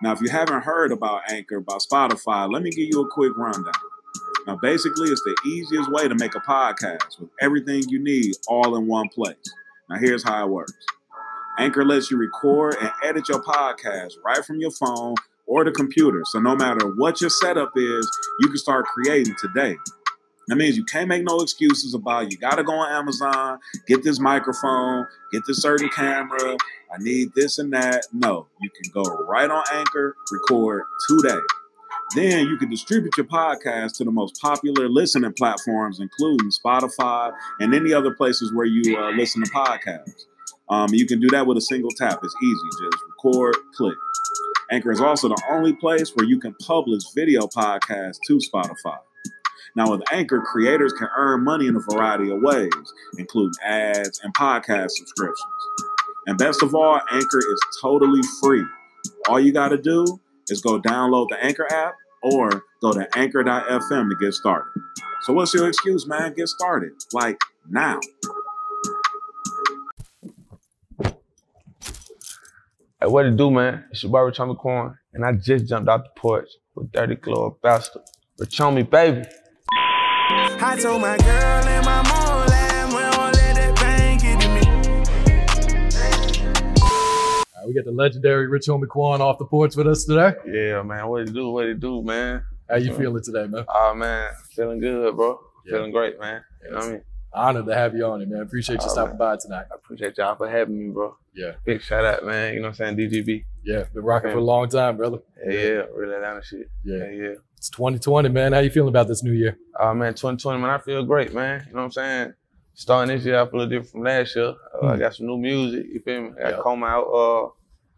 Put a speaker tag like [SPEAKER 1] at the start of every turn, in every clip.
[SPEAKER 1] Now, if you haven't heard about Anchor by Spotify, let me give you a quick rundown. Now, basically, it's the easiest way to make a podcast with everything you need all in one place. Now, here's how it works Anchor lets you record and edit your podcast right from your phone or the computer. So, no matter what your setup is, you can start creating today. That means you can't make no excuses about you got to go on Amazon, get this microphone, get this certain camera, I need this and that. No, you can go right on Anchor, record today. Then you can distribute your podcast to the most popular listening platforms, including Spotify and any other places where you uh, listen to podcasts. Um, you can do that with a single tap. It's easy. Just record, click. Anchor is also the only place where you can publish video podcasts to Spotify. Now, with Anchor, creators can earn money in a variety of ways, including ads and podcast subscriptions. And best of all, Anchor is totally free. All you got to do is go download the Anchor app or go to anchor.fm to get started. So, what's your excuse, man? Get started. Like, now.
[SPEAKER 2] Hey, what it do, man? It's your boy Rachel McCorn, and I just jumped out the porch with Dirty Club Bastard. Rachomi, baby.
[SPEAKER 3] I told my girl and my mom we don't let that pain get to me.
[SPEAKER 4] All right, Uh, we got the legendary Rich Homie Quan off the porch with us today.
[SPEAKER 2] Yeah, man. What it do? What it do, man?
[SPEAKER 4] How you feeling today, man?
[SPEAKER 2] Oh, man. Feeling good, bro.
[SPEAKER 4] Yeah.
[SPEAKER 2] Feeling great, man. You know what I mean?
[SPEAKER 4] Honored to have you on it, man. Appreciate you
[SPEAKER 2] Oh,
[SPEAKER 4] stopping
[SPEAKER 2] man.
[SPEAKER 4] by tonight.
[SPEAKER 2] I appreciate y'all for having me, bro.
[SPEAKER 4] Yeah,
[SPEAKER 2] Big shout out, man. You know what I'm saying? DGB.
[SPEAKER 4] yeah. Been rocking for a long time, brother.
[SPEAKER 2] Yeah, yeah. Real Atlanta shit.
[SPEAKER 4] Yeah.
[SPEAKER 2] Yeah, yeah.
[SPEAKER 4] It's 2020, man. How you feeling about this new year?
[SPEAKER 2] Oh, man. 2020, man. I feel great, man. You know what I'm saying? Starting this year, I feel a different from last year. Uh, I
[SPEAKER 4] Hmm.
[SPEAKER 2] got some new music. You feel me? I got
[SPEAKER 4] Yeah.
[SPEAKER 2] Coma out. Uh,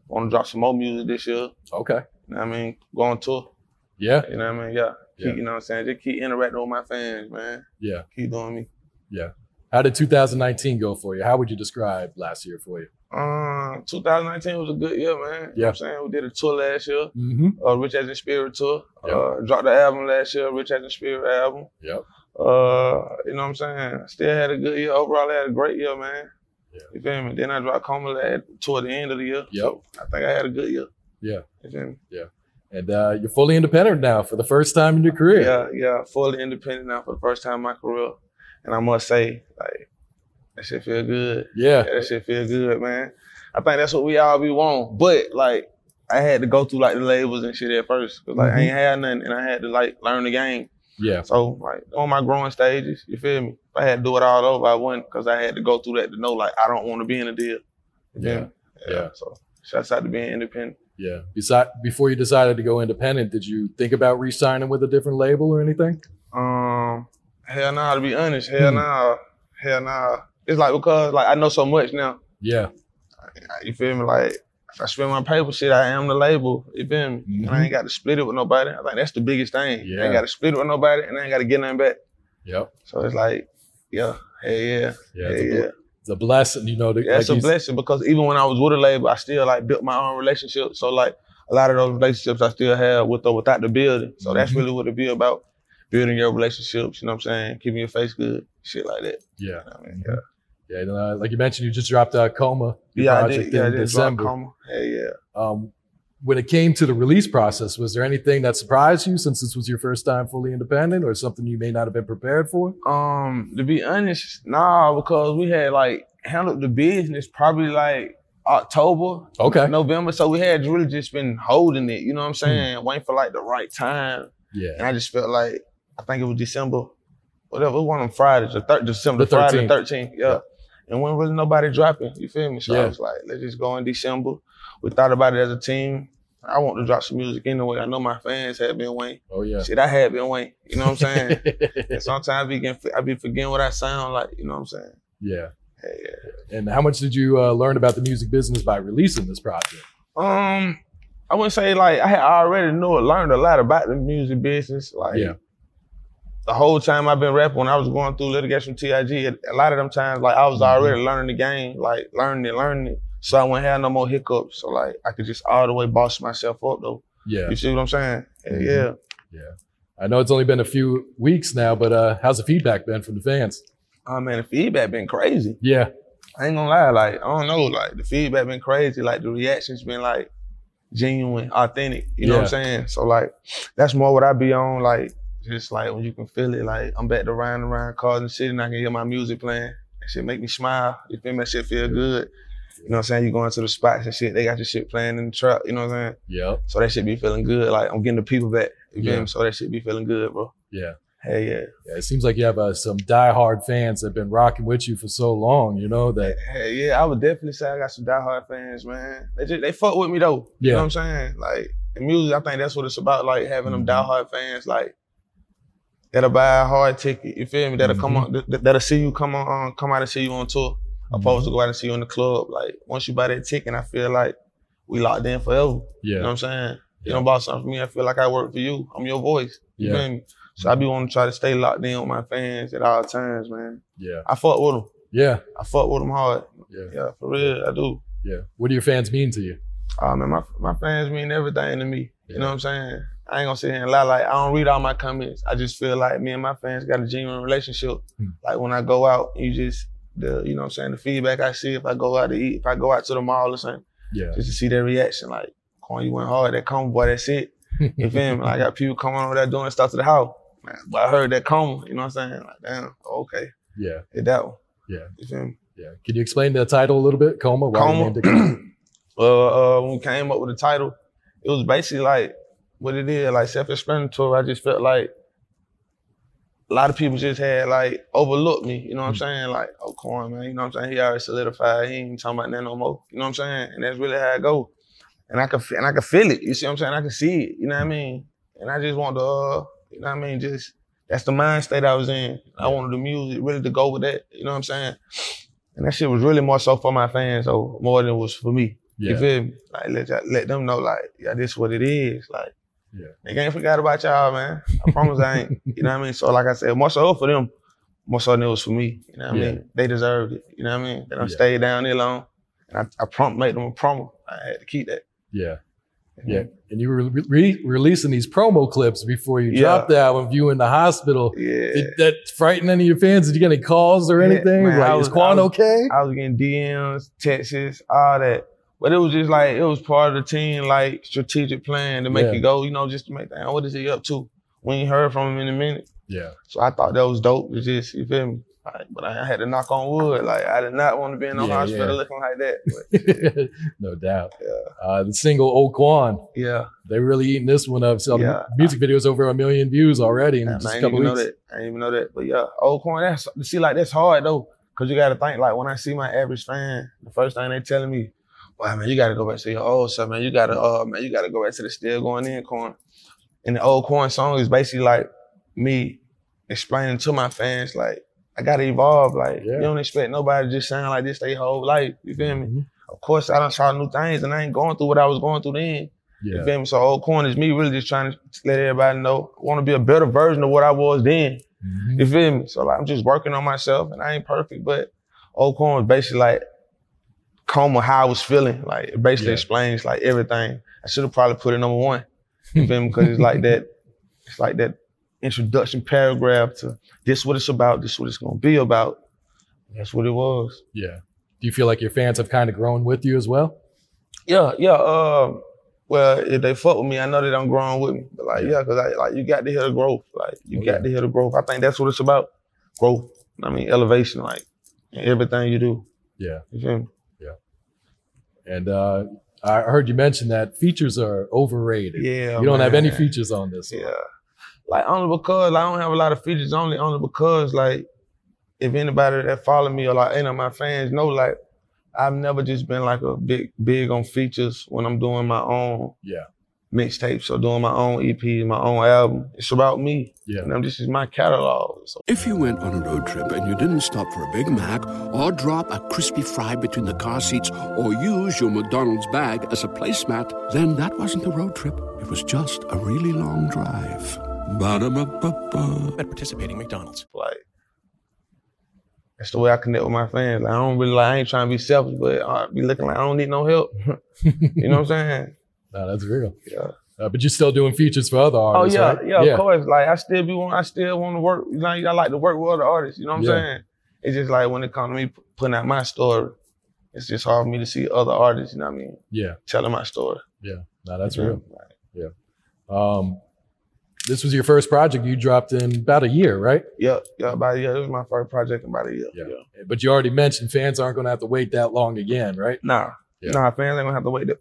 [SPEAKER 2] want to drop some more music this year.
[SPEAKER 4] Okay.
[SPEAKER 2] You know what I mean? Go on tour.
[SPEAKER 4] Yeah,
[SPEAKER 2] You know what I mean? Yeah. Keep,
[SPEAKER 4] Yeah.
[SPEAKER 2] You know what I'm saying? Just keep interacting with my fans, man.
[SPEAKER 4] yeah.
[SPEAKER 2] Keep doing me.
[SPEAKER 4] How did 2019 go for you? How would you describe last year for you?
[SPEAKER 2] Um, 2019 was a good year, man. You know what
[SPEAKER 4] Yeah.
[SPEAKER 2] I'm saying? We did a tour last year,
[SPEAKER 4] Mm-hmm.
[SPEAKER 2] uh, Rich As in Spirit tour.
[SPEAKER 4] Yeah.
[SPEAKER 2] Uh, dropped the album last year, Rich As in Spirit album.
[SPEAKER 4] Yep.
[SPEAKER 2] Uh, you know what I'm saying? Still had a good year. Overall, I had a great year, man.
[SPEAKER 4] Yeah.
[SPEAKER 2] You feel me? Then I dropped Coma at, toward the end of the year.
[SPEAKER 4] Yep.
[SPEAKER 2] So I think I had a good year.
[SPEAKER 4] Yeah.
[SPEAKER 2] You feel me?
[SPEAKER 4] And uh, you're fully independent now for the first time in your career.
[SPEAKER 2] Yeah, yeah, fully independent now for the first time in my career. And I must say, like, that shit feel good.
[SPEAKER 4] Yeah.
[SPEAKER 2] Yeah, that shit feel good, man. I think that's what we all be want. But like, I had to go through like the labels and shit at first, cause like I ain't
[SPEAKER 4] Mm-hmm.
[SPEAKER 2] had nothing, and I had to like learn the game.
[SPEAKER 4] Yeah.
[SPEAKER 2] So like on my growing stages, you feel me? If I had to do it all over, I wouldn't, cause I had to go through that to know like I don't want to be in a deal. You feel
[SPEAKER 4] Yeah.
[SPEAKER 2] me?
[SPEAKER 4] Yeah.
[SPEAKER 2] So shouts out to being independent.
[SPEAKER 4] Yeah. Besi- before you decided to go independent, did you think about re signing with a different label or anything?
[SPEAKER 2] Um, hell nah, to be honest, hell
[SPEAKER 4] Hmm.
[SPEAKER 2] nah, hell nah. It's like because like I know so much now.
[SPEAKER 4] Yeah.
[SPEAKER 2] You feel me? Like if I spend my paper shit, I am the label. You feel me? And I ain't got to split it with nobody. I think that's the biggest thing. I
[SPEAKER 4] Mm-hmm. Yeah.
[SPEAKER 2] ain't got to split it with nobody, and I ain't got to get nothing back.
[SPEAKER 4] Yep.
[SPEAKER 2] So it's like, yeah, hell yeah,
[SPEAKER 4] Yeah.
[SPEAKER 2] yeah,
[SPEAKER 4] It's,
[SPEAKER 2] yeah.
[SPEAKER 4] a, bl- it's a blessing, you know. To,
[SPEAKER 2] Yeah, it's
[SPEAKER 4] like
[SPEAKER 2] a
[SPEAKER 4] you s-
[SPEAKER 2] blessing because even when I was with a label, I still like built my own relationship. So like a lot of those relationships I still have with or without the building. So that's
[SPEAKER 4] Mhm.
[SPEAKER 2] really what it be about. Building your relationships, you know what I'm saying? Keeping your face good, shit like that.
[SPEAKER 4] Yeah.
[SPEAKER 2] I mean, yeah.
[SPEAKER 4] Yeah. And, uh, like you mentioned, you just dropped uh, Coma, Mm-hmm. your
[SPEAKER 2] Yeah, I
[SPEAKER 4] project
[SPEAKER 2] did. Yeah, I
[SPEAKER 4] in
[SPEAKER 2] did. Drop
[SPEAKER 4] December.
[SPEAKER 2] Coma. Hell yeah.
[SPEAKER 4] Um, when it came to the release process, was there anything that surprised you since this was your first time fully independent or something you may not have been prepared for?
[SPEAKER 2] Um, to be honest, nah, because we had like handled the business probably like October,
[SPEAKER 4] Okay. Hmm.
[SPEAKER 2] November. So we had really just been holding it, you know what I'm saying? Waiting for like the right time.
[SPEAKER 4] Yeah.
[SPEAKER 2] And I just felt like I think it was December whatever. It was one of them Fridays, the thir- December
[SPEAKER 4] The
[SPEAKER 2] Friday,
[SPEAKER 4] 13th.
[SPEAKER 2] thirteenth. Yeah.
[SPEAKER 4] Yeah.
[SPEAKER 2] And when really nobody dropping, you feel me? So I
[SPEAKER 4] Yeah.
[SPEAKER 2] was like, let's just go in December. We thought about it as a team. I want to drop some music anyway. I know my fans have been waiting.
[SPEAKER 4] Oh yeah.
[SPEAKER 2] Shit, I had been waiting. You know what I'm saying? and sometimes I be getting, I be forgetting what I sound like. You know what I'm saying?
[SPEAKER 4] yeah.
[SPEAKER 2] Hey, yeah.
[SPEAKER 4] And how much did you uh, learn about the music business by releasing this project?
[SPEAKER 2] Um, I wouldn't say like I had already knew it, learned a lot about the music business. Like
[SPEAKER 4] Yeah.
[SPEAKER 2] the whole time I've been rapping, when I was going through litigation with TIG, a lot of them times like I was
[SPEAKER 4] Mm-hmm.
[SPEAKER 2] already learning the game, like learning it, learning it. So I wouldn't have no more hiccups. So like I could just all the way boss myself up though.
[SPEAKER 4] Yeah.
[SPEAKER 2] You see what I'm saying? Hell
[SPEAKER 4] Mhm.
[SPEAKER 2] Yeah.
[SPEAKER 4] I know it's only been a few weeks now, but uh, how's the feedback been from the fans?
[SPEAKER 2] Oh man, the feedback been crazy.
[SPEAKER 4] Yeah.
[SPEAKER 2] I ain't gonna lie, like I don't know, like the feedback been crazy, like the reactions been like genuine, authentic. You know what I'm saying? So like that's more what I be on, like just like when you can feel it, like I'm back to riding around cars and shit, and I can hear my music playing. That shit make me smile. You feel me? That shit feel good. You know what I'm saying? You going to the spots and shit, they got your shit playing in the truck. You know what I'm saying?
[SPEAKER 4] Yep.
[SPEAKER 2] So that shit be feeling good. Like I'm getting the people back. You feel
[SPEAKER 4] Yeah.
[SPEAKER 2] me? So that shit be feeling good, bro.
[SPEAKER 4] Yeah.
[SPEAKER 2] Hell yeah.
[SPEAKER 4] Yeah, it seems like you have uh, some diehard fans that have been rocking with you for so long, you know, that
[SPEAKER 2] Hell yeah, I would definitely say I got some diehard fans, man. They just, they fuck with me though. You
[SPEAKER 4] Yeah.
[SPEAKER 2] know what I'm saying? Like the music, I think that's what it's about. Like having them
[SPEAKER 4] Mhm.
[SPEAKER 2] diehard fans, like that'll buy a hard ticket. You feel me? That'll come
[SPEAKER 4] Mm-hmm.
[SPEAKER 2] on. th- th- That'll see you come on. um, Come out and see you on tour. Opposed to go out and see you in the club. Like once you buy that ticket, I feel like we locked in forever. You know what
[SPEAKER 4] yeah,
[SPEAKER 2] I'm saying? You
[SPEAKER 4] Yeah.
[SPEAKER 2] don't buy something for me. I feel like I work for you. I'm your voice. You
[SPEAKER 4] Yeah.
[SPEAKER 2] feel me? So I be wanting to try to stay locked in with my fans at all times, man.
[SPEAKER 4] yeah,
[SPEAKER 2] I fuck with them.
[SPEAKER 4] yeah,
[SPEAKER 2] I fuck with them hard.
[SPEAKER 4] yeah,
[SPEAKER 2] Yeah, for real, I do.
[SPEAKER 4] yeah. What do your fans mean to you?
[SPEAKER 2] Oh man, my my fans mean everything to me.
[SPEAKER 4] Yeah.
[SPEAKER 2] You know what I'm saying? I ain't gonna sit here and lie. Like I don't read all my comments. I just feel like me and my fans got a genuine relationship.
[SPEAKER 4] Hmm.
[SPEAKER 2] Like when I go out, you just the you know what I'm saying the feedback I see if I go out to eat, if I go out to the mall or something,
[SPEAKER 4] Yeah,
[SPEAKER 2] just to see their reaction. Like, Corn, you went hard. That coma boy, that's it. You feel me? Like, I got people coming over there doing stuff to the house. Man, but I heard that coma. You know what I'm saying? Like, damn, okay,
[SPEAKER 4] yeah,
[SPEAKER 2] hit that one.
[SPEAKER 4] Yeah.
[SPEAKER 2] you feel me?
[SPEAKER 4] yeah. Can you explain the title a little bit? Coma. Why you
[SPEAKER 2] Coma.
[SPEAKER 4] named it Coma?
[SPEAKER 2] uh, uh, when we came up with the title, it was basically like what it is, like self-explanatory. I just felt like a lot of people just had like overlooked me. You know what I'm saying? Like, oh, Corn, man. You know what I'm saying? He already solidified. He ain't talking about that no more. You know what I'm saying? And that's really how it go. And I can fe- and I can feel it. You see what I'm saying? I can see it. You know what I mean? And I just want to, uh, you know what I mean? Just that's the mind state I was in. I wanted the music really to go with that. You know what I'm saying? And that shit was really more so for my fans, though, more than it was for me. You
[SPEAKER 4] Yeah,
[SPEAKER 2] feel me? Like let y'all, let them know like yeah, this what it is. Like
[SPEAKER 4] Yeah.
[SPEAKER 2] they ain't forgot about y'all, man. I promise I ain't. You know what I mean? So like I said, more so for them, more so than it was for me. You know what
[SPEAKER 4] Yeah.
[SPEAKER 2] I mean? They deserved it. You know what I mean? They don't
[SPEAKER 4] Yeah.
[SPEAKER 2] stay down there long. And I, I prom made them a promo. I had to keep that.
[SPEAKER 4] yeah, yeah. And you were re- re- releasing these promo clips before you
[SPEAKER 2] Yeah.
[SPEAKER 4] dropped the album. You in the hospital.
[SPEAKER 2] Yeah.
[SPEAKER 4] Did that frighten any of your fans? Did you get any calls or
[SPEAKER 2] Yeah,
[SPEAKER 4] anything?
[SPEAKER 2] man,
[SPEAKER 4] like,
[SPEAKER 2] I
[SPEAKER 4] is
[SPEAKER 2] was-
[SPEAKER 4] Quan
[SPEAKER 2] I was-
[SPEAKER 4] okay?
[SPEAKER 2] I was getting DMs, texts, all that. But it was just like it was part of the team, like strategic plan to make
[SPEAKER 4] Yeah.
[SPEAKER 2] it go, you know, just to make that. What is he up to? We ain't heard from him in a minute.
[SPEAKER 4] yeah,
[SPEAKER 2] So I thought that was dope. It's just, you feel me? Like, but I had to knock on wood. Like, I did not want to be in no
[SPEAKER 4] Yeah,
[SPEAKER 2] hospital
[SPEAKER 4] yeah.
[SPEAKER 2] looking like that. But
[SPEAKER 4] no doubt.
[SPEAKER 2] yeah,
[SPEAKER 4] Uh, the single "Old Quan."
[SPEAKER 2] yeah.
[SPEAKER 4] They really eating this one up. So
[SPEAKER 2] Yeah.
[SPEAKER 4] the music video's over a million views already in
[SPEAKER 2] And
[SPEAKER 4] just
[SPEAKER 2] I
[SPEAKER 4] a
[SPEAKER 2] didn't
[SPEAKER 4] couple
[SPEAKER 2] even know
[SPEAKER 4] weeks.
[SPEAKER 2] that. I didn't even know that. But yeah, old coin. That's see, like that's hard though, because you got to think like when I see my average fan, the first thing they telling me, "Wow, man, you got to go back to your old stuff, man. You got to, uh, man, you got to go back to the still going in coin." And the old coin song is basically like me explaining to my fans like. I gotta evolve. Like
[SPEAKER 4] Yeah.
[SPEAKER 2] you don't expect nobody to just sound like this their whole life. You feel me?
[SPEAKER 4] Mhm.
[SPEAKER 2] Of course, I done saw new things, and I ain't going through what I was going through then.
[SPEAKER 4] Mm-hmm. Yeah.
[SPEAKER 2] You feel me? So old coin is me really just trying to let everybody know. I want to be a better version of what I was then.
[SPEAKER 4] Mhm.
[SPEAKER 2] You feel me? So like, I'm just working on myself, and I ain't perfect, but old coin was basically like coma how I was feeling. Like it basically
[SPEAKER 4] Yeah.
[SPEAKER 2] explains like everything. I should have probably put it number one. You feel me? Because it's like that. It's like that introduction paragraph to this what it's about. This what it's gonna be about. That's what it was.
[SPEAKER 4] Yeah. Do you feel like your fans have kind of grown with you as well?
[SPEAKER 2] Yeah, yeah. Um, well, if they fuck with me, I know they done growing with me. But like, yeah, because I like you got to hear the growth. Like you
[SPEAKER 4] Oh,
[SPEAKER 2] got
[SPEAKER 4] yeah.
[SPEAKER 2] to hear the growth. I think that's what it's about. Growth. I mean, elevation. Like in everything you do.
[SPEAKER 4] Yeah.
[SPEAKER 2] You feel me?
[SPEAKER 4] And uh, I heard you mention that features are overrated.
[SPEAKER 2] Yeah.
[SPEAKER 4] you don't have any
[SPEAKER 2] man.
[SPEAKER 4] features on this. one.
[SPEAKER 2] Yeah. like only because like, I don't have a lot of features. Only only because like if anybody that follow me or like any of my fans know like I've never just been like a big big on features when I'm doing my own
[SPEAKER 4] Yeah.
[SPEAKER 2] mixtapes or doing my own EP, my own album. It's about me.
[SPEAKER 4] Yeah.
[SPEAKER 2] And I'm, this is my catalog. So
[SPEAKER 5] If you went on a road trip and you didn't stop for a Big Mac or drop a crispy fry between the car seats or use your McDonald's bag as a placemat, then that wasn't a road trip. It was just a really long drive. Ba-da-ba-ba-ba.
[SPEAKER 3] At participating McDonald's.
[SPEAKER 2] like that's the way I connect with my fans. Like, I don't really like I ain't trying to be selfish, but I be looking like I don't need no help. you know what I'm saying?
[SPEAKER 4] No, that's real.
[SPEAKER 2] Yeah.
[SPEAKER 4] Uh, but you're still doing features for other
[SPEAKER 2] Oh
[SPEAKER 4] artists,
[SPEAKER 2] yeah,
[SPEAKER 4] right?
[SPEAKER 2] yeah, of course. Like I still be want, I still want to work. You know, I like to work with other artists. You know what I'm
[SPEAKER 4] Yeah.
[SPEAKER 2] saying? It's just like when it comes to me putting out my story, it's just hard for me to see other artists. You know what I mean?
[SPEAKER 4] Yeah.
[SPEAKER 2] Telling my story.
[SPEAKER 4] Yeah. No, that's
[SPEAKER 2] You know?
[SPEAKER 4] real. Um, this was your first project you dropped in about a year, right?
[SPEAKER 2] Yeah, yeah, about a year. It was my first project in about a year.
[SPEAKER 4] Yeah. But you already mentioned fans aren't going to have to wait that long again, right?
[SPEAKER 2] Nah,
[SPEAKER 4] Yeah.
[SPEAKER 2] nah, fans ain't gonna have to wait that,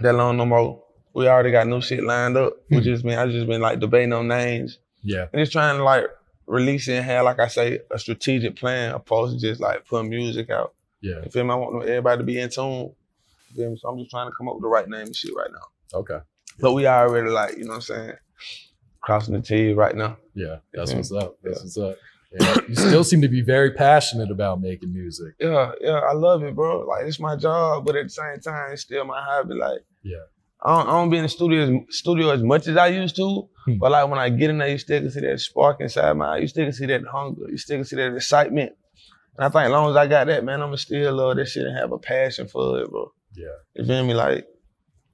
[SPEAKER 2] that long no more. We already got new shit lined up. We just been, I just been like debating on names
[SPEAKER 4] Yeah.
[SPEAKER 2] and just trying to like release it and have, like I say, a strategic plan opposed to just like putting music out.
[SPEAKER 4] Yeah.
[SPEAKER 2] You feel me? I want everybody to be in tune. You feel me? So I'm just trying to come up with the right name and shit right now.
[SPEAKER 4] Okay.
[SPEAKER 2] But we already like, you know what I'm saying? Crossing the T's right now.
[SPEAKER 4] Yeah. That's
[SPEAKER 2] Mhm.
[SPEAKER 4] what's up. That's
[SPEAKER 2] Yeah.
[SPEAKER 4] what's up. Yeah. You still seem to be very passionate about making music.
[SPEAKER 2] Yeah, yeah, I love it, bro. Like it's my job, but at the same time, it's still my hobby. Like,
[SPEAKER 4] Yeah.
[SPEAKER 2] I don't, I don't be in the studio as, studio as much as I used to,
[SPEAKER 4] Hmm.
[SPEAKER 2] but like when I get in there, you still can see that spark inside my eye. You still can see that hunger. You still can see that excitement. And I think as long as I got that, man, I'ma still love this shit and have a passion for it, bro.
[SPEAKER 4] Yeah.
[SPEAKER 2] You feel me? Like,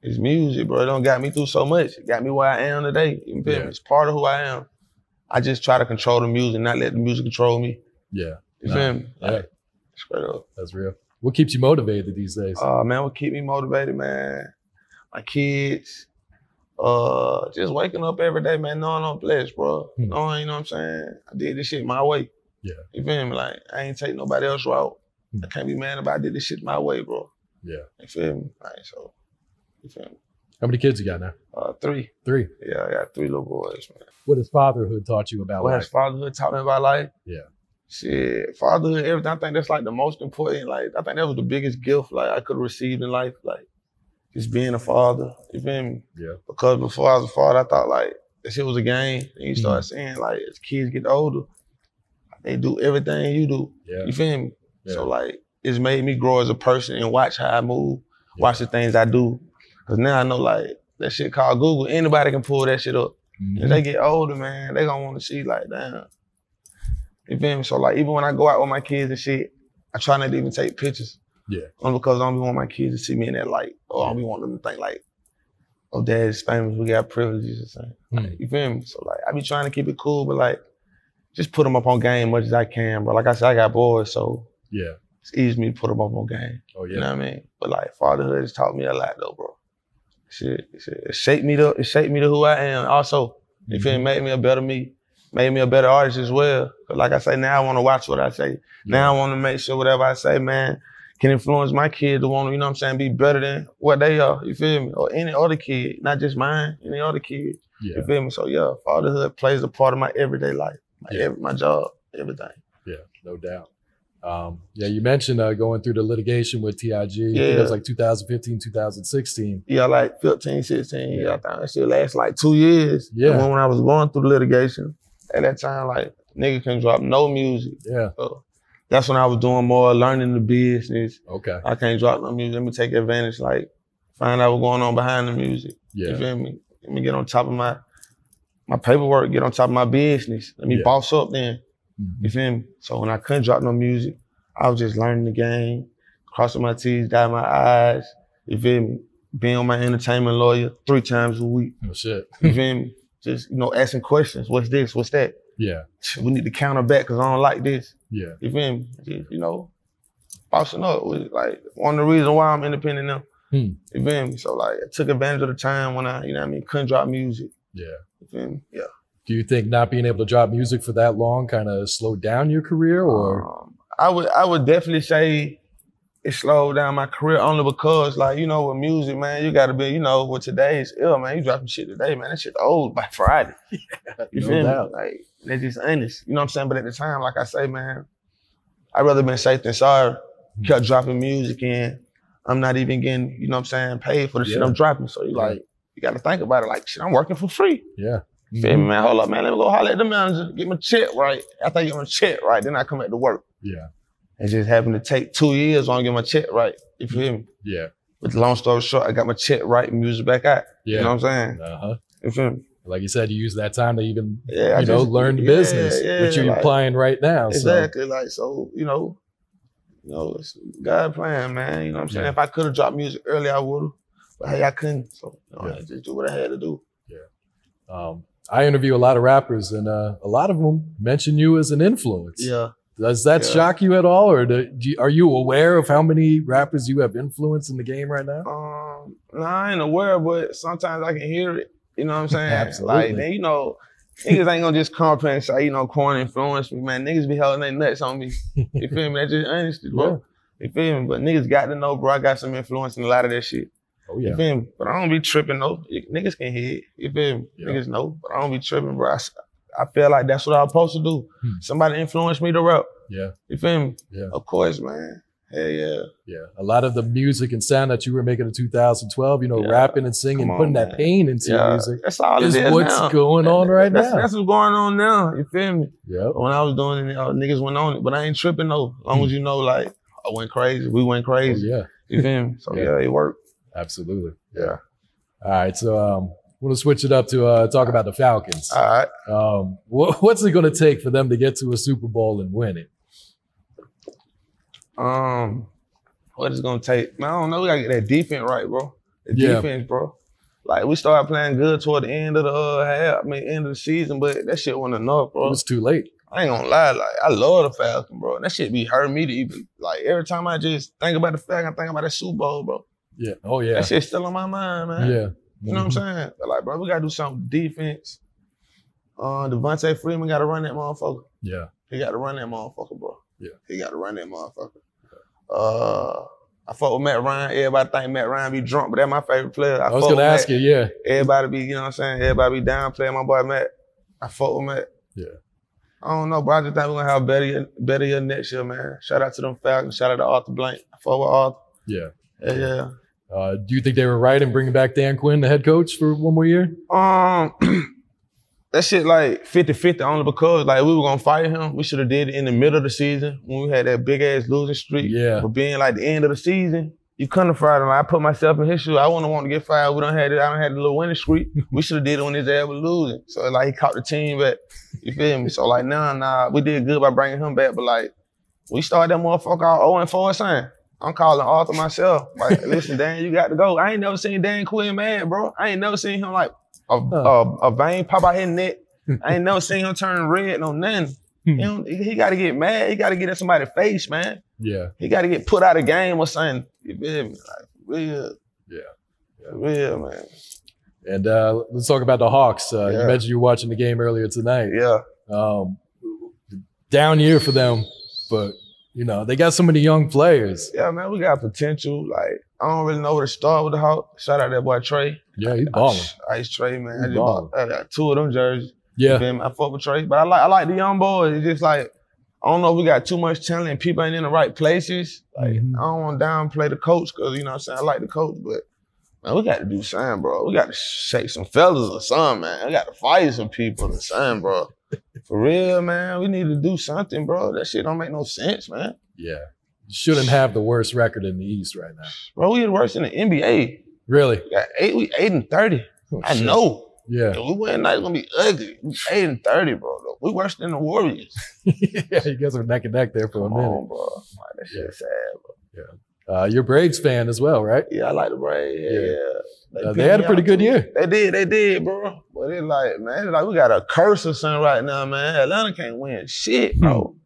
[SPEAKER 2] it's music, bro. It don't got me through so much. It got me where I am today. You feel
[SPEAKER 4] Yeah.
[SPEAKER 2] me? It's part of who I am. I just try to control the music, not let the music control me.
[SPEAKER 4] Yeah.
[SPEAKER 2] You
[SPEAKER 4] Nah.
[SPEAKER 2] feel me?
[SPEAKER 4] Yeah.
[SPEAKER 2] Like, straight up.
[SPEAKER 4] That's real. What keeps you motivated these days?
[SPEAKER 2] Uh man, what keep me motivated, man? My kids. Uh just waking up every day, man, knowing I'm blessed, bro.
[SPEAKER 4] Hmm.
[SPEAKER 2] Knowing, you know what I'm saying? I did this shit my way.
[SPEAKER 4] Yeah. Hmm.
[SPEAKER 2] You feel me? Like I ain't take nobody else route. I can't be mad about I did this shit my way, bro.
[SPEAKER 4] Yeah.
[SPEAKER 2] You feel me? Like so. You feel me?
[SPEAKER 4] How many kids you got now?
[SPEAKER 2] Uh three.
[SPEAKER 4] Three.
[SPEAKER 2] Yeah, I got three little boys, man.
[SPEAKER 4] What has fatherhood taught you about
[SPEAKER 2] What
[SPEAKER 4] life?
[SPEAKER 2] has fatherhood taught me about life?
[SPEAKER 4] Yeah.
[SPEAKER 2] Shit, fatherhood, everything. I think that's like the most important. Like, I think that was the biggest gift like I could have received in life. Like, just being a father. You feel me?
[SPEAKER 4] Yeah.
[SPEAKER 2] Because before I was a father, I thought like that shit was a game. And you start
[SPEAKER 4] Mm-hmm.
[SPEAKER 2] seeing like as kids get older, they do everything you do.
[SPEAKER 4] Yeah.
[SPEAKER 2] You feel me?
[SPEAKER 4] Yeah.
[SPEAKER 2] So like it's made me grow as a person and watch how I move,
[SPEAKER 4] Yeah.
[SPEAKER 2] watch the things I do. Cause now I know like that shit called Google. Anybody can pull that shit up. If
[SPEAKER 4] Mhm.
[SPEAKER 2] they get older, man, they gonna want to see like damn. You feel me? So like even when I go out with my kids and shit, I try not to even take pictures.
[SPEAKER 4] Yeah.
[SPEAKER 2] Only because I don't be want my kids to see me in that light, or I don't be want them to think like, "Oh, dad's famous. We got privileges." Or something.
[SPEAKER 4] Mm.
[SPEAKER 2] You feel me? So like I be trying to keep it cool, but like just put them up on game as much as I can. But like I said, I got boys, so
[SPEAKER 4] Yeah.
[SPEAKER 2] it's easy for me to put them up on game.
[SPEAKER 4] Oh,
[SPEAKER 2] You
[SPEAKER 4] yeah.
[SPEAKER 2] know what I mean? But like fatherhood has taught me a lot though, bro. Shit, shit. It shaped me to it shaped me to who I am. Also,
[SPEAKER 4] Mm-hmm.
[SPEAKER 2] if it made me a better me, made me a better artist as well. But like I say, now I wanna watch what I say. Now I wanna make sure whatever I say, man, can influence my kid to wanna, you know what I'm saying, be better than what they are. You feel me? Or any other kid, not just mine, any other kid.
[SPEAKER 4] Yeah.
[SPEAKER 2] You feel me? So yeah, fatherhood plays a part of my everyday life. My
[SPEAKER 4] Yeah.
[SPEAKER 2] ev- my job, everything.
[SPEAKER 4] Yeah. No doubt. Um, yeah. You mentioned uh, going through the litigation with TIG. I think it
[SPEAKER 2] Yeah.
[SPEAKER 4] was like 2015, 2016.
[SPEAKER 2] Yeah, like 15, 16. Yeah,
[SPEAKER 4] Yeah.
[SPEAKER 2] I think that shit lasts like two years.
[SPEAKER 4] Yeah.
[SPEAKER 2] The one when I was going through litigation, at that time, like, nigga couldn't drop no music.
[SPEAKER 4] Yeah.
[SPEAKER 2] So that's when I was doing more learning the business.
[SPEAKER 4] Okay.
[SPEAKER 2] I can't drop no music. Let me take advantage, like, find out what's going on behind the music. You
[SPEAKER 4] Yeah.
[SPEAKER 2] feel me? Let me get on top of my my paperwork, get on top of my business. Let me
[SPEAKER 4] Yeah.
[SPEAKER 2] boss up then.
[SPEAKER 4] Mhm.
[SPEAKER 2] You feel me? So when I couldn't drop no music, I was just learning the game, crossing my T's, dotting my I's. You feel me? Being on my entertainment lawyer three times a week.
[SPEAKER 4] Oh, shit.
[SPEAKER 2] You feel me? Just you know, asking questions. What's this? What's that?
[SPEAKER 4] Yeah.
[SPEAKER 2] We need to counter back because I don't like this.
[SPEAKER 4] Yeah.
[SPEAKER 2] You feel me? Just, you know, bossing up was like one of the reasons why I'm independent now.
[SPEAKER 4] Hmm.
[SPEAKER 2] You feel me? So like, I took advantage of the time when I, you know, what I mean, couldn't drop music.
[SPEAKER 4] Yeah.
[SPEAKER 2] You feel me? Yeah.
[SPEAKER 4] Do you think not being able to drop music for
[SPEAKER 2] Oh,
[SPEAKER 4] that long kind of slowed down your career or?
[SPEAKER 2] Um, I would I would definitely say it slowed down my career only because, like, you know, with music, man, you gotta be, you know, with today's ill, man, you dropping shit today, man. That shit old by Friday. you
[SPEAKER 4] no
[SPEAKER 2] feel
[SPEAKER 4] doubt.
[SPEAKER 2] me? Like, they just honest. You know what I'm saying? But at the time, like I say, man, I'd rather been safe than sorry.
[SPEAKER 4] Mm-hmm.
[SPEAKER 2] Kept dropping music and I'm not even getting, you know what I'm saying, paid for the shit
[SPEAKER 4] Yeah.
[SPEAKER 2] I'm dropping. So you
[SPEAKER 4] Yeah.
[SPEAKER 2] like, you gotta think about it. Like, shit, I'm working for free.
[SPEAKER 4] Yeah. Mm-hmm.
[SPEAKER 2] Feel me, man? Hold up, man. Let me go holler at the manager, get my check right. After I get my check right, then I come back to work.
[SPEAKER 4] Yeah.
[SPEAKER 2] It just happened to take two years on get my check right. You feel me?
[SPEAKER 4] Yeah.
[SPEAKER 2] But long story short, I got my check right, music back out.
[SPEAKER 4] Yeah.
[SPEAKER 2] You know what I'm saying?
[SPEAKER 4] Uh huh.
[SPEAKER 2] You feel me?
[SPEAKER 4] Like you said, you use that time to even
[SPEAKER 2] Yeah. I
[SPEAKER 4] you know
[SPEAKER 2] just-
[SPEAKER 4] learn the
[SPEAKER 2] yeah,
[SPEAKER 4] business,
[SPEAKER 2] yeah,
[SPEAKER 4] which you're
[SPEAKER 2] like,
[SPEAKER 4] applying right now.
[SPEAKER 2] Exactly. Like so, you know, you know, it's God plan, man. You know what I'm saying?
[SPEAKER 4] Yeah.
[SPEAKER 2] If I could have dropped music early, I would have. But hey, I couldn't. So you know,
[SPEAKER 4] Yeah.
[SPEAKER 2] I just do what I had to do.
[SPEAKER 4] So um, I interview a lot of rappers, and uh, a lot of them mention you as an influence.
[SPEAKER 2] Yeah.
[SPEAKER 4] Does that
[SPEAKER 2] Yeah.
[SPEAKER 4] shock you at all, or do, do you, are you aware of how many rappers you have influenced in the game right now?
[SPEAKER 2] Um, nah, I ain't aware, but sometimes I can hear it. You know what I'm saying?
[SPEAKER 4] Absolutely.
[SPEAKER 2] Like, then, you know, niggas ain't gonna just come up and say, you know, corn influence me, man. Niggas be holding their nuts on me. You feel me? That's just honesty, bro. You feel me? But niggas got to know, bro. I got some influence in a lot of that shit.
[SPEAKER 4] Oh
[SPEAKER 2] You
[SPEAKER 4] yeah,
[SPEAKER 2] feel me? But I don't be tripping, though. You- Niggas can hear it. You feel me?
[SPEAKER 4] Yeah.
[SPEAKER 2] Niggas know, but I don't be tripping, bro. I, s- I feel like that's what I'm supposed to do.
[SPEAKER 4] Hmm.
[SPEAKER 2] Somebody influenced me to rap.
[SPEAKER 4] yeah,
[SPEAKER 2] You feel me?
[SPEAKER 4] Yeah.
[SPEAKER 2] Of course, man. Hell yeah.
[SPEAKER 4] yeah. A lot of the music and sound that you were making in 2012, you know,
[SPEAKER 2] Yeah.
[SPEAKER 4] rapping and singing,
[SPEAKER 2] Come on,
[SPEAKER 4] putting that
[SPEAKER 2] man.
[SPEAKER 4] pain into your
[SPEAKER 2] Yeah.
[SPEAKER 4] music,
[SPEAKER 2] That's all it
[SPEAKER 4] is
[SPEAKER 2] is.
[SPEAKER 4] what's
[SPEAKER 2] now.
[SPEAKER 4] going on right
[SPEAKER 2] that's,
[SPEAKER 4] now. Oh,
[SPEAKER 2] That's what's going on now. You feel me?
[SPEAKER 4] Yep.
[SPEAKER 2] When I was doing it, uh, niggas went on it, but I ain't tripping though. As long as you know, like I went crazy, we went
[SPEAKER 4] Oh,
[SPEAKER 2] crazy.
[SPEAKER 4] yeah,
[SPEAKER 2] You feel me? So
[SPEAKER 4] Yeah.
[SPEAKER 2] yeah, it worked.
[SPEAKER 4] absolutely.
[SPEAKER 2] Yeah.
[SPEAKER 4] All right, so um, we'll switch it up to uh, talk about the Falcons.
[SPEAKER 2] All right.
[SPEAKER 4] Um, what, what's it going to take for them to get to a Super Bowl and win it?
[SPEAKER 2] Um, what it's gonna take? Man, I don't know. We gotta get that defense right, bro. The
[SPEAKER 4] Yeah.
[SPEAKER 2] defense, bro. Like we started playing good toward the end of the uh, half, I mean end of the season, but that shit wasn't enough,
[SPEAKER 4] It
[SPEAKER 2] bro.
[SPEAKER 4] was too late.
[SPEAKER 2] I ain't gonna lie, like I love the Falcon, bro. That shit be hurting me to even like every time I just think about the Falcon, I think about that Super Bowl, bro.
[SPEAKER 4] Yeah. Oh yeah.
[SPEAKER 2] That shit's still on my mind, man.
[SPEAKER 4] Yeah.
[SPEAKER 2] You know what I'm
[SPEAKER 4] Mm-hmm.
[SPEAKER 2] saying? But like, bro, we gotta do something defense. Uh Devontae Freeman gotta run that motherfucker.
[SPEAKER 4] Yeah.
[SPEAKER 2] He gotta run that motherfucker, bro.
[SPEAKER 4] Yeah.
[SPEAKER 2] He gotta run that motherfucker. Uh I fuck with Matt Ryan. Everybody think Matt Ryan be drunk, but that's my favorite player. I,
[SPEAKER 4] I was going to ask you. Yeah.
[SPEAKER 2] Everybody be, you know what I'm saying? Everybody be down playing my boy Matt. I fuck with Matt.
[SPEAKER 4] Yeah.
[SPEAKER 2] I don't know, bro. I just think we're gonna have a better year, better year next year, man. Shout out to them Falcons. Shout out to Arthur Blank. I fuck with Arthur.
[SPEAKER 4] Yeah.
[SPEAKER 2] Yeah, yeah.
[SPEAKER 4] Uh, do you think they were right in bringing back Dan Quinn, the head coach, for one more year?
[SPEAKER 2] Um, that shit like 50-50 only because like we were gonna fire him. We should have did it in the middle of the season when we had that big ass losing streak.
[SPEAKER 4] Yeah.
[SPEAKER 2] But being like the end of the season, you couldn't have fired him. I put myself in his shoes. I wouldn't want to get fired. We don't had it. I don't had a little winning streak. we should have did it when his ass was losing. So like he caught the team back. You feel me? So like nah, nah, we did good by bringing him back. But like we started that motherfucker out 0 and 4 son. I'm calling Arthur myself. Like, listen, Dan, you got to go. I ain't never seen Dan Quinn mad, bro. I ain't never seen him like a, a, a vein pop out his neck. I ain't never seen him turn red no nothing. He, don't- he got to get mad. He got to get in somebody's face, man.
[SPEAKER 4] Yeah.
[SPEAKER 2] He got to get put out of game or something. You feel me? Like, real.
[SPEAKER 4] Yeah.
[SPEAKER 2] Real, man.
[SPEAKER 4] And uh, let's talk about the Hawks. Uh, You
[SPEAKER 2] Yeah.
[SPEAKER 4] mentioned you were watching the game earlier tonight.
[SPEAKER 2] Yeah.
[SPEAKER 4] Um, down year for them, but you know they got so many young players.
[SPEAKER 2] Yeah, man, we got potential. Like, I don't really know where to start with the Hawk. Shout out that boy Trey.
[SPEAKER 4] Yeah, he's balling.
[SPEAKER 2] Ice Trey, man. I,
[SPEAKER 4] He
[SPEAKER 2] just bought, I got two of them jerseys. You
[SPEAKER 4] Yeah.
[SPEAKER 2] feel me? I fuck with Trey, but I like I like the young boys. It's just like I don't know if we got too much talent. and People ain't in the right places. Like
[SPEAKER 4] Mhm.
[SPEAKER 2] I don't want to downplay the coach because you know what I'm saying I like the coach, but man, we got to do something, bro. We got to shake some fellas or something, man. We got to fire some people or something, bro. For real, man. We need to do something, bro. That shit don't make no sense, man.
[SPEAKER 4] Yeah. Shouldn't have the worst record in the East right now.
[SPEAKER 2] Bro, we the worst in the NBA.
[SPEAKER 4] Really? Oh,
[SPEAKER 2] We got eight, we eight and thirty. I know.
[SPEAKER 4] Yeah.
[SPEAKER 2] If we win tonight, it's gonna be ugly. We eight and thirty, bro. We worse than the Warriors.
[SPEAKER 4] yeah, you guys are neck and neck there for a
[SPEAKER 2] Come
[SPEAKER 4] minute.
[SPEAKER 2] on, Oh, bro. Like, that shit
[SPEAKER 4] Yeah.
[SPEAKER 2] sad.
[SPEAKER 4] Uh, you're a Braves fan as well, right?
[SPEAKER 2] Yeah, I like the Braves. Yeah,
[SPEAKER 4] Yeah.
[SPEAKER 2] yeah.
[SPEAKER 4] Uh,
[SPEAKER 2] picked
[SPEAKER 4] they had a
[SPEAKER 2] me
[SPEAKER 4] pretty
[SPEAKER 2] out,
[SPEAKER 4] good
[SPEAKER 2] too.
[SPEAKER 4] year.
[SPEAKER 2] They did, they did, bro. But it's like, man, it's like we got a curse or something right now, man. Atlanta can't win shit,
[SPEAKER 4] Hmm.
[SPEAKER 2] bro.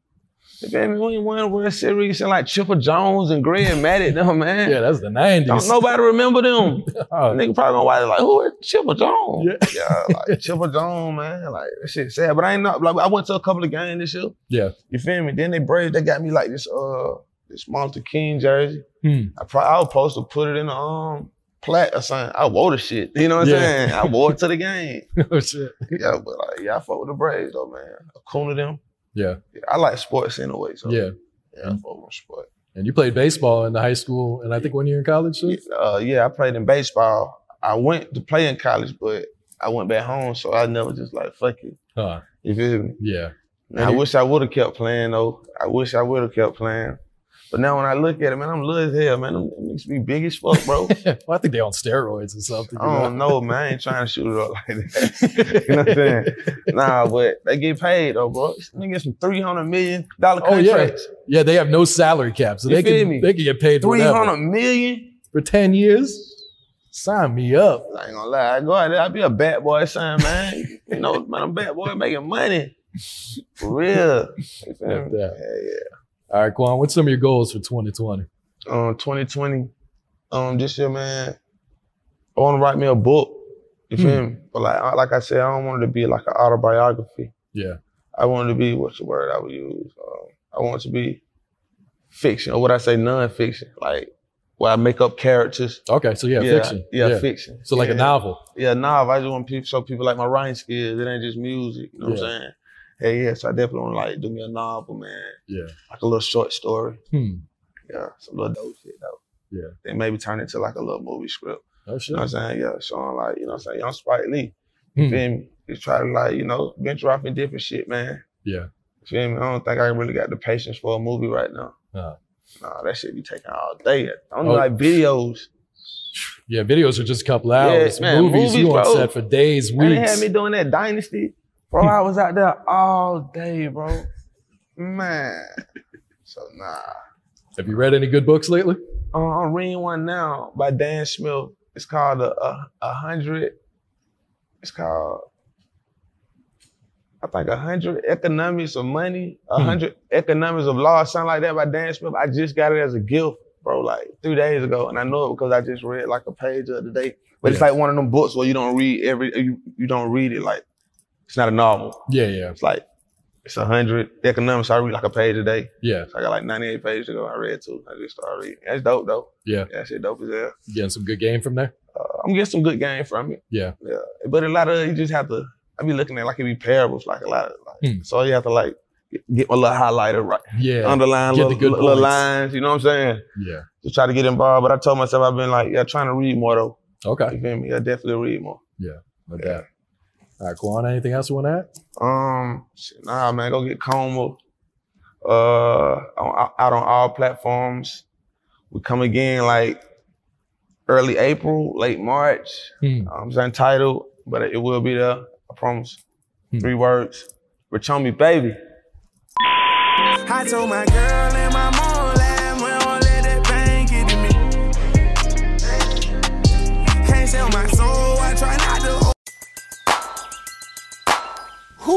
[SPEAKER 2] You feel me? We ain't won a World Series and like Chipper Jones and Greg Maddox, them, man.
[SPEAKER 4] Yeah, that's the 90s.
[SPEAKER 2] Don't nobody remember them.
[SPEAKER 4] Oh,
[SPEAKER 2] Nigga probably gonna watch it like, who is Chipper Jones?
[SPEAKER 4] Yeah.
[SPEAKER 2] like Chipper Jones, man. Like that shit sad. But I ain't not like I went to a couple of games this year.
[SPEAKER 4] Yeah.
[SPEAKER 2] You feel me? Then they Braves, they got me like this uh this Martin Luther King jersey.
[SPEAKER 4] Hmm.
[SPEAKER 2] I probably I was supposed to put it in a um plat or something. I wore the shit. You know what
[SPEAKER 4] Yeah.
[SPEAKER 2] I'm saying? I wore it to the game.
[SPEAKER 4] oh shit.
[SPEAKER 2] Yeah, but like, yeah, I fuck with the Braves though, man. Acuna them.
[SPEAKER 4] Yeah.
[SPEAKER 2] Yeah, I like sports anyway. So
[SPEAKER 4] Yeah.
[SPEAKER 2] yeah I fuck with sport.
[SPEAKER 4] And you played baseball in the high school, and I think one year in college. too?
[SPEAKER 2] Yeah, uh, yeah, I played in baseball. I went to play in college, but I went back home, so I never just like fuck it.
[SPEAKER 4] Huh.
[SPEAKER 2] You feel me?
[SPEAKER 4] Yeah.
[SPEAKER 2] I wish I would have kept playing though. I wish I would have kept playing. But now when I look at it, man, I'm little as hell, man. Them them niggas be big as fuck, bro.
[SPEAKER 4] well, I think they on steroids or something. you
[SPEAKER 2] I don't know, Oh, man. I ain't trying to shoot it up like that. you know what I'm saying? Nah, but they get paid though, bro. This Nigga, some three hundred million dollar
[SPEAKER 4] Oh, yeah.
[SPEAKER 2] contracts.
[SPEAKER 4] Yeah, they have no salary cap, so
[SPEAKER 2] You
[SPEAKER 4] they
[SPEAKER 2] feel
[SPEAKER 4] can
[SPEAKER 2] me?
[SPEAKER 4] they can get paid
[SPEAKER 2] Three
[SPEAKER 4] whatever.
[SPEAKER 2] hundred million.
[SPEAKER 4] for ten years. Sign me up.
[SPEAKER 2] I ain't gonna lie. I go out there, I be a bad boy, son, man. you know, man, I'm bad boy making money. For real. You feel
[SPEAKER 4] Like
[SPEAKER 2] me?
[SPEAKER 4] that.
[SPEAKER 2] Yeah, yeah.
[SPEAKER 4] All right, Quan. What's some of your goals for 2020?
[SPEAKER 2] um 2020 um this year man i want to write me a book
[SPEAKER 4] Hmm.
[SPEAKER 2] you feel me but like I- like i said i don't want it to be like an autobiography
[SPEAKER 4] Yeah.
[SPEAKER 2] i want it to be what's the word i would use um, i want it to be fiction or what i say non-fiction like where i make up characters
[SPEAKER 4] Okay, so yeah, fiction.
[SPEAKER 2] yeah, fiction
[SPEAKER 4] So like
[SPEAKER 2] yeah.
[SPEAKER 4] a novel.
[SPEAKER 2] yeah novel i just want people show people like my writing skills it ain't just music you know what i'm saying hey yeah so i definitely want to like do me a novel man
[SPEAKER 4] Yeah.
[SPEAKER 2] like a little short story
[SPEAKER 4] Hmm.
[SPEAKER 2] yeah some little dope shit though
[SPEAKER 4] Yeah.
[SPEAKER 2] then maybe turn it to like a little movie script
[SPEAKER 4] Oh
[SPEAKER 2] you
[SPEAKER 4] shit.
[SPEAKER 2] know what I'm saying? Yeah, showing like, you know what I'm saying? Young Spike Lee.
[SPEAKER 4] Hmm.
[SPEAKER 2] You feel me? Just try to like, you know, venture off in different shit, man.
[SPEAKER 4] Yeah.
[SPEAKER 2] You feel me? I don't think I really got the patience for a movie right now.
[SPEAKER 4] Nah.
[SPEAKER 2] Nah, that shit be taking all day. I don't
[SPEAKER 4] Oh.
[SPEAKER 2] like videos.
[SPEAKER 4] Yeah, videos are just a couple hours.
[SPEAKER 2] man,
[SPEAKER 4] movies, you
[SPEAKER 2] movies, bro.
[SPEAKER 4] on set for days,
[SPEAKER 2] And they had
[SPEAKER 4] weeks.
[SPEAKER 2] me doing that dynasty. Bro, I was out there all day, bro. Man. So nah.
[SPEAKER 4] Have you read any good books lately?
[SPEAKER 2] Uh, I'm reading one now by Dan Smith. It's called a, a, a hundred. It's called I think a hundred economics of money, a
[SPEAKER 4] Hmm.
[SPEAKER 2] hundred economics of law, something like that by Dan Smith. I just got it as a gift, bro, like three days ago, and I know it because I just read like a page of the day. But it's
[SPEAKER 4] Yeah.
[SPEAKER 2] like one of them books where you don't read every you, you don't read it like it's not a novel.
[SPEAKER 4] Yeah, yeah,
[SPEAKER 2] It's like it's a hundred economics. I read like a page a day.
[SPEAKER 4] yeah.
[SPEAKER 2] So I got like 98 pages to go. I read two. I just started reading. That's dope though.
[SPEAKER 4] Yeah.
[SPEAKER 2] That shit dope as hell.
[SPEAKER 4] Getting some good game from there.
[SPEAKER 2] Uh, I'm getting some good game from it.
[SPEAKER 4] Yeah.
[SPEAKER 2] Yeah. But a lot of you just have to I be looking at like it be parables, like a lot of like
[SPEAKER 4] Hmm.
[SPEAKER 2] so you have to like get, get a little highlighter right.
[SPEAKER 4] Yeah,
[SPEAKER 2] Underline
[SPEAKER 4] Get the
[SPEAKER 2] little,
[SPEAKER 4] good
[SPEAKER 2] little
[SPEAKER 4] points.
[SPEAKER 2] lines, you know what I'm saying?
[SPEAKER 4] yeah.
[SPEAKER 2] To try to get involved. But I told myself I've been like, yeah, trying to read more though.
[SPEAKER 4] Okay,
[SPEAKER 2] You feel me? I definitely read more.
[SPEAKER 4] no doubt. All right, Quan. Anything else you want to add?
[SPEAKER 2] Um, shit, nah, man, go get Como. Uh, on, out on all platforms. We come again like early April, late March.
[SPEAKER 4] Hmm.
[SPEAKER 2] Um, it's untitled, but it will be there. I promise.
[SPEAKER 4] Hmm.
[SPEAKER 2] Three words. Richomi, baby.
[SPEAKER 3] I told my girl and my mom line, we don't let that pain get to me. Can't sell my soul, I try not to.
[SPEAKER 6] Who